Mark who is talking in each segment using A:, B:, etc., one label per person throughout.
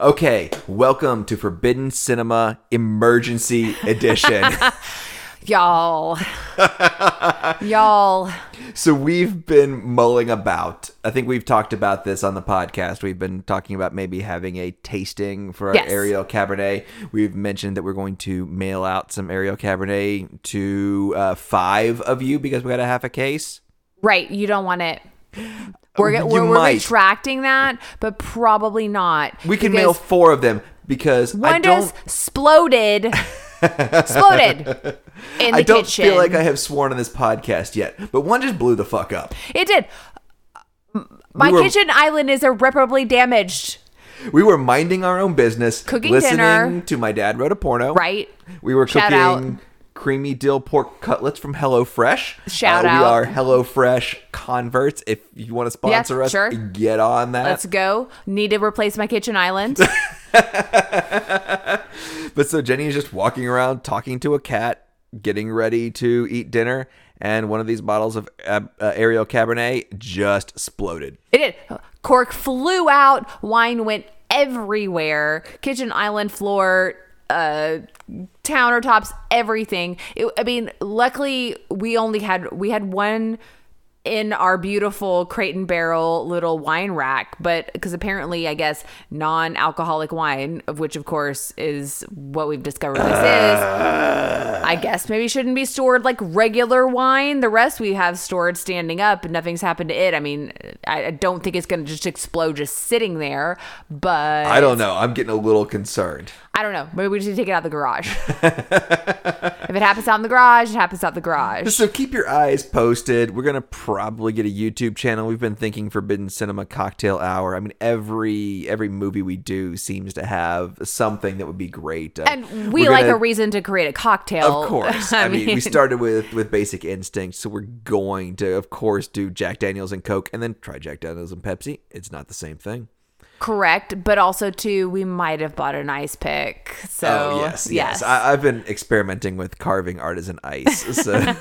A: Okay, welcome to Forbidden Cinema Emergency Edition.
B: Y'all. Y'all.
A: so we've been mulling about. I think we've talked about this on the podcast. We've been talking about maybe having a tasting for our
B: Yes.
A: Ariel Cabernet. We've mentioned that we're going to mail out some Ariel Cabernet to uh, five of you because we got a half a case.
B: Right. You don't want it. We're,
A: you
B: get- we're, we're
A: might.
B: retracting that, but probably not.
A: We can
B: because
A: mail four of them because I
B: One
A: don't.
B: just exploded. exploded in the
A: I don't
B: kitchen.
A: feel like I have sworn on this podcast yet, but one just blew the fuck up.
B: it did. My
A: were-
B: kitchen island is irreparably damaged.
A: We were minding our own business,
B: Cooking
A: listening
B: dinner.
A: to my dad wrote a porno.
B: Right.
A: We were
B: Shout
A: cooking creamy dill pork cutlets from HelloFresh.
B: Shout
A: uh,
B: out.
A: We are HelloFresh converts. If you want to sponsor us,
B: sure.
A: get on that.
B: Let's go. Need to replace my kitchen island.
A: But so Jenny is just walking around talking to a cat, getting ready to eat dinner, and one of these bottles of uh, uh, Ariel Cabernet just exploded.
B: It did. Cork flew out. Wine went everywhere. Kitchen island floor, uh, countertops, everything. It, I mean, luckily we only had we had one in our beautiful crate and barrel little wine rack, but because apparently, I guess non-alcoholic wine, of which of course is what we've discovered this is. I guess maybe shouldn't be stored like regular wine. The rest we have stored standing up, and nothing's happened to it. I mean, I, I don't think it's going to just explode just sitting there. But
A: I don't know. I'm getting a little concerned.
B: I don't know. Maybe we just need to take it out of the garage. if it happens out in the garage, it happens out the garage.
A: So keep your eyes posted. We're gonna probably get a YouTube channel. We've been thinking Forbidden Cinema Cocktail Hour. I mean, every every movie we do seems to have something that would be great. Uh,
B: And we
A: we're
B: like
A: gonna-
B: a reason to create a cocktail.
A: Of course. I, mean, we started with with Basic Instinct, so we're going to, of course, do Jack Daniels and Coke, and then try Jack Daniels and Pepsi. It's not the same thing.
B: correct, but also too, we might have bought an ice pick. So
A: oh yes, yes. I, I've been experimenting with carving artisan ice. So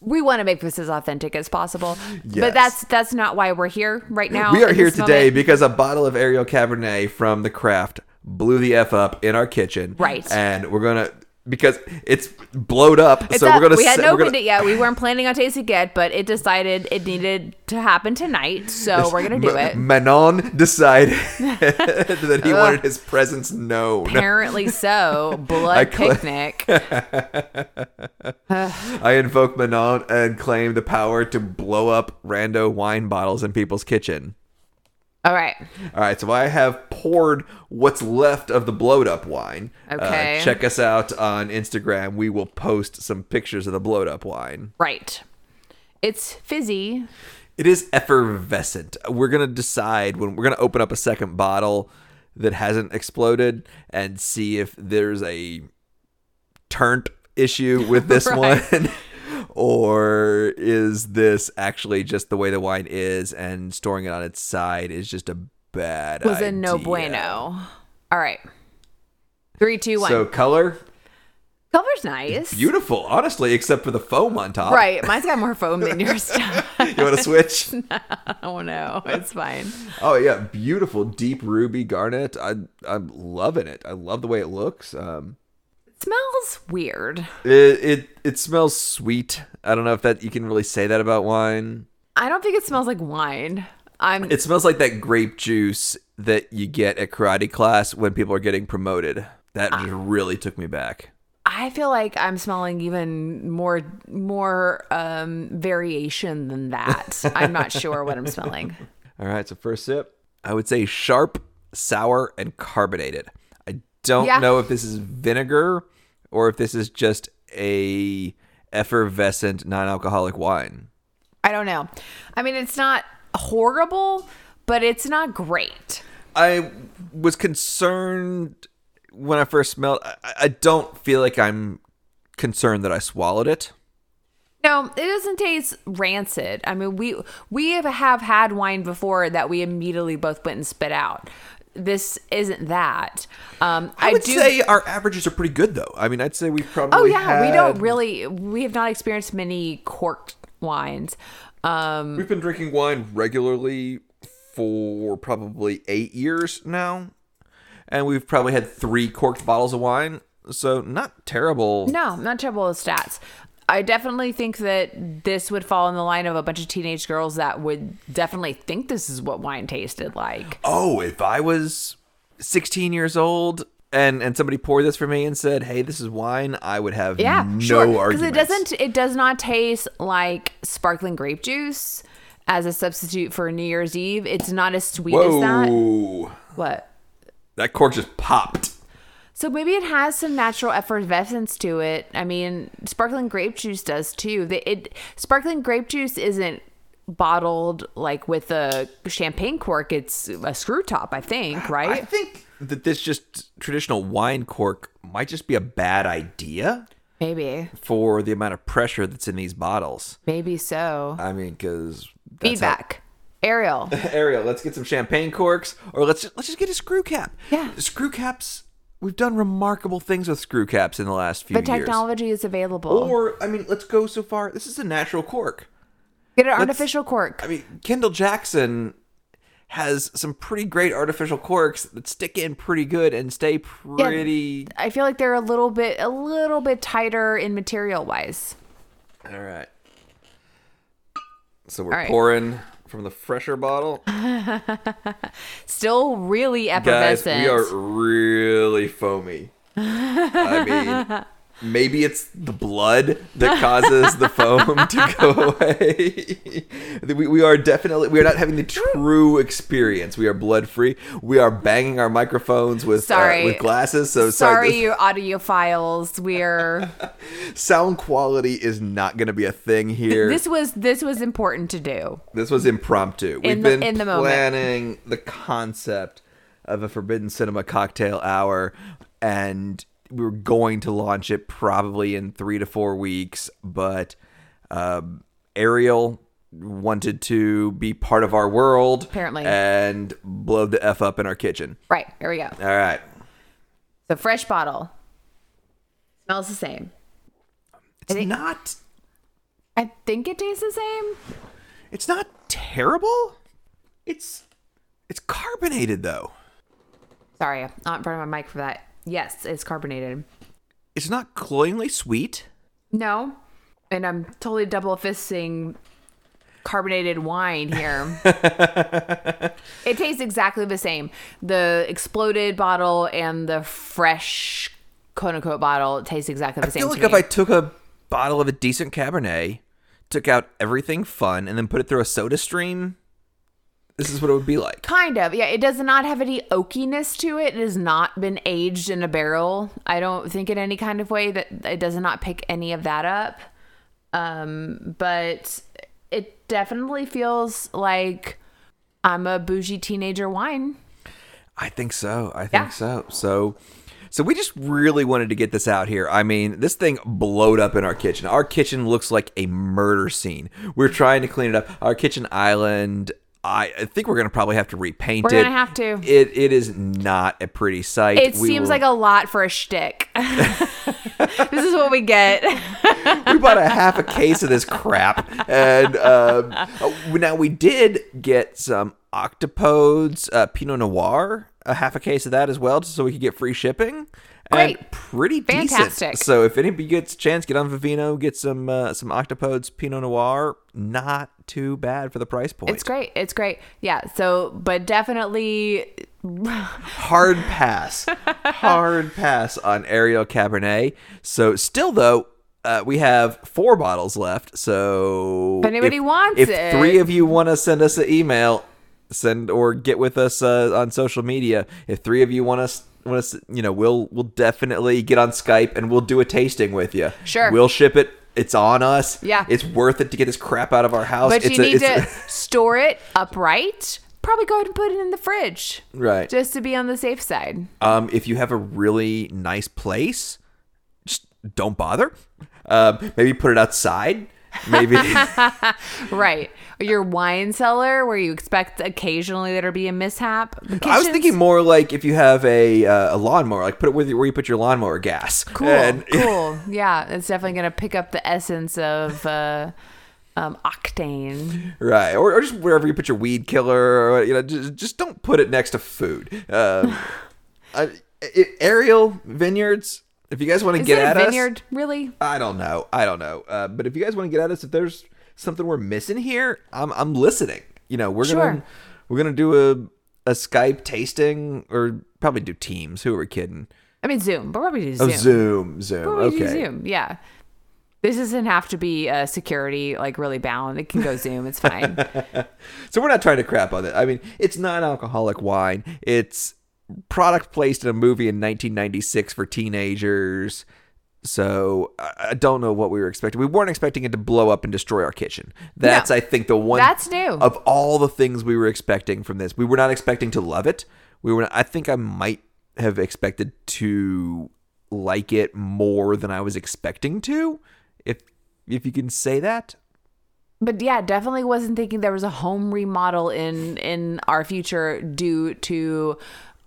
B: we want to make this as authentic as possible.
A: Yes.
B: But that's that's not why we're here right now.
A: We are
B: at
A: here
B: this
A: today
B: moment.
A: because a bottle of Ariel Cabernet from the craft blew the F up in our kitchen.
B: Right.
A: And we're going to, because it's blowed up.
B: It's
A: so
B: up.
A: we're going to
B: we hadn't
A: we're
B: opened
A: gonna,
B: it yet. We weren't planning on tasting it yet, but it decided it needed to happen tonight. So we're gonna do
A: Ma-
B: it.
A: Manon decided that he wanted his presence known.
B: Apparently so. Blood
A: I cl-
B: picnic.
A: I invoke Manon and claim the power to blow up rando wine bottles in people's kitchen.
B: All right.
A: All right, so I have poured what's left of the blowed up wine.
B: Okay.
A: Uh, check us out on Instagram. We will post some pictures of the blowed up wine.
B: Right. It's fizzy.
A: It is effervescent. We're going to decide when we're going to open up a second bottle that hasn't exploded and see if there's a turnt issue with this
B: Right.
A: one. Or is this actually just the way the wine is, and storing it on its side is just a bad
B: was a no
A: idea?
B: bueno. All right. Three, two, one.
A: So color,
B: Color's nice.
A: beautiful, honestly, except for the foam on top.
B: Right. Mine's got more foam than yours.
A: You want to switch?
B: oh no, it's fine.
A: Oh yeah, beautiful deep ruby garnet. I I'm loving it. I love the way it looks. Um,
B: smells weird.
A: it it it smells sweet. I don't know if that you can really say that about wine.
B: I don't think it smells like wine. I'm
A: It smells like that grape juice that you get at karate class when people are getting promoted. That just really took me back.
B: I feel like I'm smelling even more more um variation than that. I'm not sure what I'm smelling.
A: All right, so first sip, I would say sharp, sour, and carbonated. I don't
B: Yeah.
A: know if this is vinegar or if this is just a effervescent non-alcoholic wine.
B: I don't know. I mean, it's not horrible, but it's not great.
A: I was concerned when I first smelled. I, I don't feel like I'm concerned that I swallowed it.
B: No, it doesn't taste rancid. I mean, we we have, have had wine before that we immediately both went and spit out. This isn't that. Um, I,
A: I would
B: do
A: say our averages are pretty good, though. I mean, I'd say we probably
B: Oh yeah, we don't
A: had-
B: really we have not experienced many corked wines. Um
A: We've been drinking wine regularly for probably eight years now, and we've probably had three corked bottles of wine. So not terrible.
B: No, I'm not trouble with stats. I definitely think that this would fall in the line of a bunch of teenage girls that would definitely think this is what wine tasted like.
A: Oh, if I was 16 years old and and somebody poured this for me and said, "Hey, this is wine," I would have
B: Yeah,
A: no
B: sure. Because it
A: arguments.
B: doesn't. It does not taste like sparkling grape juice as a substitute for New Year's Eve. It's not as sweet as that.
A: Whoa, that?
B: What?
A: cork just popped.
B: So maybe it has some natural effervescence to it. I mean, sparkling grape juice does too. They, it sparkling grape juice isn't bottled like with a champagne cork. It's a screw top, I think,
A: I
B: right?
A: think that this just traditional wine cork might just be a bad idea
B: maybe,
A: for the amount of pressure that's in these bottles.
B: maybe so.
A: I mean, because
B: Feedback, Ariel.
A: Ariel, let's get some champagne corks, or let's just, let's just get a screw cap.
B: Yeah.
A: screw caps. We've done remarkable things with screw caps in the last few
B: The
A: years.
B: technology is available.
A: Or I mean, let's go so far. This is a natural cork.
B: Get an artificial cork.
A: I mean, Kendall Jackson has some pretty great artificial corks that stick in pretty good and stay pretty.
B: I feel like they're a little bit a little bit tighter in material wise.
A: All right. So we're
B: right.
A: pouring from the fresher bottle,
B: Still really
A: guys.
B: effervescent.
A: We are really foamy. I mean, maybe it's the blood that causes the foam to go away. we, we are definitely we are not having the true experience. We are blood free. We are banging our microphones with uh,
B: Sorry.
A: with glasses. So
B: Sorry,
A: this-
B: you audiophiles. We're
A: sound quality is not going to be a thing here.
B: this was this was important to do.
A: This was impromptu. We've
B: In the-
A: been
B: in the moment.
A: planning the concept of a Forbidden Cinema cocktail hour, and we were going to launch it probably in three to four weeks. But um, Ariel wanted to be part of our world,
B: Apparently.
A: and blow the f up in our kitchen.
B: Right here we go.
A: All right,
B: So fresh bottle smells the same.
A: it's
B: think-
A: not.
B: I think it tastes the same.
A: It's not terrible. It's it's carbonated though.
B: Sorry, I'm not in front of my mic for that. Yes, it's carbonated.
A: It's not cloyingly sweet.
B: No, and I'm totally double fisting carbonated wine here. it tastes exactly the same. The exploded bottle and the fresh quote unquote bottle taste exactly the
A: I
B: same.
A: feel
B: to
A: like if
B: me.
A: I took a bottle of a decent Cabernet, took out everything fun, and then put it through a soda stream, this is what it would be like.
B: Kind of, yeah. It does not have any oakiness to it. It has not been aged in a barrel. I don't think in any kind of way that it does not pick any of that up. Um, but it definitely feels like I'm a bougie teenager wine.
A: I think so. I think
B: Yeah.
A: so. So, so we just really wanted to get this out here. I mean, this thing blowed up in our kitchen. Our kitchen looks like a murder scene. We're trying to clean it up. Our kitchen island. I I think we're gonna probably have to repaint
B: We're
A: it.
B: gonna have to.
A: It it is not a pretty sight.
B: It seems like a lot for a shtick. this is what we get.
A: we bought a half a case of this crap, and um, oh, now we did get some octopodes uh, Pinot Noir, a half a case of that as well, just so we could get free shipping. And
B: Great.
A: pretty decent.
B: Fantastic.
A: So if anybody gets a chance, get on Vivino, get some uh, some octopodes Pinot Noir. Not too bad for the price point.
B: It's great. It's great. Yeah. So, but definitely
A: hard pass hard pass on ariel cabernet so still though uh, we have four bottles left so
B: If anybody wants
A: if
B: it.
A: three of you want to send us an email send or get with us uh, on social media if three of you want us want us you know we'll we'll definitely get on skype and we'll do a tasting with you
B: Sure.
A: we'll ship it it's on us
B: Yeah.
A: it's worth it to get this crap out of our house
B: But
A: it's
B: you
A: a-
B: need
A: it's a-
B: to store it upright. Probably go ahead and put it in the fridge
A: right
B: just to be on the safe side.
A: Um, if you have a really nice place, just don't bother. Um, maybe put it outside. Maybe
B: Right. Your wine cellar where you expect occasionally there to be a mishap.
A: I
B: The
A: was
B: kitchen's-
A: thinking more like if you have a uh, a lawnmower, like put it with where you put your lawnmower gas.
B: cool.
A: And-
B: cool. Yeah. It's definitely going to pick up the essence of uh, um, octane.
A: Right, or, or just wherever you put your weed killer, or you know, just, just don't put it next to food. Um, I, it, aerial vineyards. If you guys want to
B: Is
A: get
B: it
A: at
B: a
A: us,
B: vineyard? Really?
A: I don't know, I don't know. Uh, but if you guys want to get at us, if there's something we're missing here, I'm I'm listening. You know, we're
B: Sure.
A: gonna we're gonna do a a Skype tasting, or probably do Teams. Who are we kidding?
B: I mean Zoom, but probably do Zoom.
A: Oh, Zoom, Zoom.
B: Probably do
A: okay.
B: Zoom. Yeah. This doesn't have to be uh, security like really bound. It can go Zoom. It's fine.
A: So we're not trying to crap on it. I mean, it's non-alcoholic wine. It's product placed in a movie in 1996 for teenagers. So I I don't know what we were expecting. We weren't expecting it to blow up and destroy our kitchen. That's I think the one.
B: That's new.
A: Of all the things we were expecting from this, we were not expecting to love it. We were. I think I might have expected to like it more than I was expecting to. If if you can say that.
B: but yeah, definitely wasn't thinking there was a home remodel in in our future due to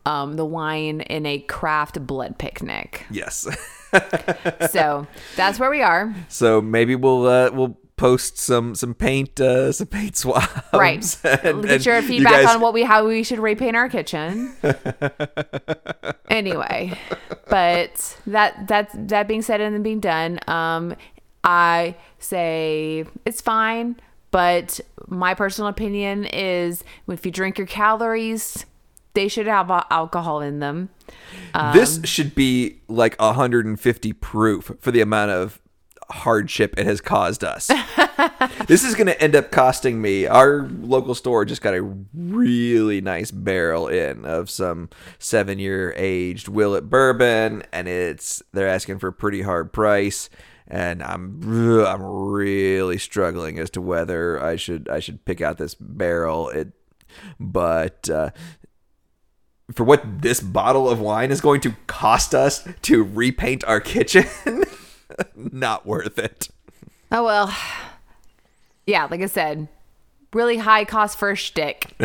B: um, the wine in a craft blood picnic.
A: Yes.
B: So that's where we are.
A: So maybe we'll uh, we'll post some some paint uh, some paint swabs.
B: Right.
A: and-
B: Get
A: and
B: your
A: you
B: feedback
A: guys-
B: on what we how we should repaint our kitchen. anyway, but that that that being said and being done, um, I say it's fine. But my personal opinion is if you drink your calories, they should have al- alcohol in them.
A: this should be like 150 proof for the amount of hardship it has caused us. this is going to end up costing me. Our local store just got a really nice barrel in of some 7-year aged Willet bourbon and it's they're asking for a pretty hard price and I'm I'm really struggling as to whether I should I should pick out this barrel. It but uh for what this bottle of wine is going to cost us to repaint our kitchen, not worth it.
B: Oh well. Yeah, like I said, really high cost for a shtick.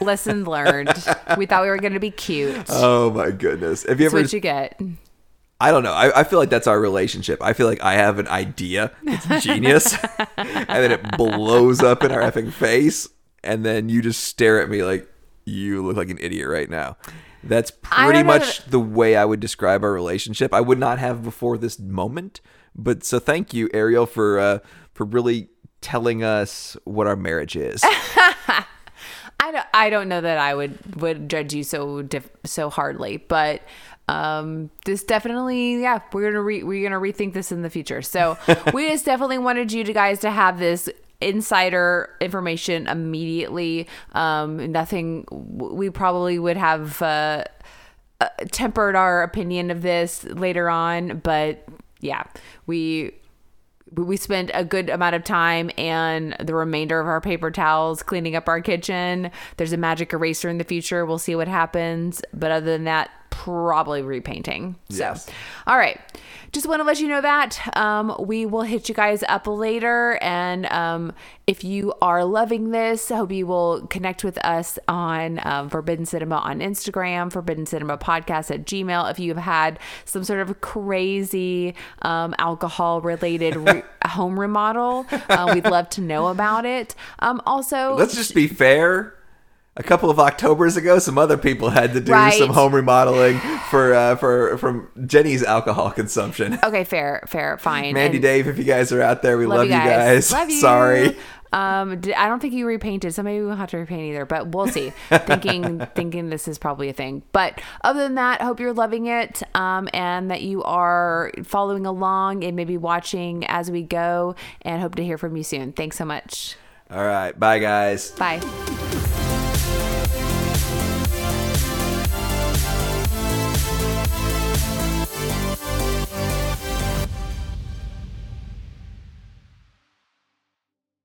B: Lesson learned. We thought we were going to be cute.
A: Oh my goodness. Have you
B: That's
A: ever?
B: what you get.
A: I don't know. I, I feel like that's our relationship. I feel like I have an idea that's genius, and then it blows up in our effing face, and then you just stare at me like you look like an idiot right now. That's
B: I
A: pretty
B: don't know
A: much the way I would describe our relationship. I would not have before this moment, but so thank you, Ariel, for uh, for really telling us what our marriage is.
B: I don't, I don't know that I would would judge you so diff- so hardly, but um this definitely yeah, we're going to re- we're going to rethink this in the future. So, we just definitely wanted you to guys to have this insider information immediately. Um nothing we probably would have uh uh, tempered our opinion of this later on, but yeah, we we spent a good amount of time and the remainder of our paper towels cleaning up our kitchen. There's a magic eraser in the future. We'll see what happens, but other than that, probably repainting.
A: Yes.
B: So, all right. Just want to let you know that um, we will hit you guys up later. And um, if you are loving this, I hope you will connect with us on um, Forbidden Cinema on Instagram, Forbidden Cinema Podcast at Gmail. If you've had some sort of crazy um, alcohol related re- home remodel, uh, we'd love to know about it. Um, also,
A: Let's just be fair. A couple of Octobers ago, some other people had to do
B: Right.
A: some home remodeling for uh, for from Jenny's alcohol consumption.
B: okay, fair, fair, fine.
A: Mandy
B: And-
A: Dave, if you guys are out there, we love, you guys.
B: Love you.
A: Sorry.
B: Um, d- I don't think you repainted, so maybe we won't have to repaint either. But we'll see. thinking, thinking this is probably a thing. But other than that, hope you're loving it, um, and that you are following along and maybe watching as we go. And hope to hear from you soon. Thanks so much.
A: All right. Bye, guys.
B: Bye.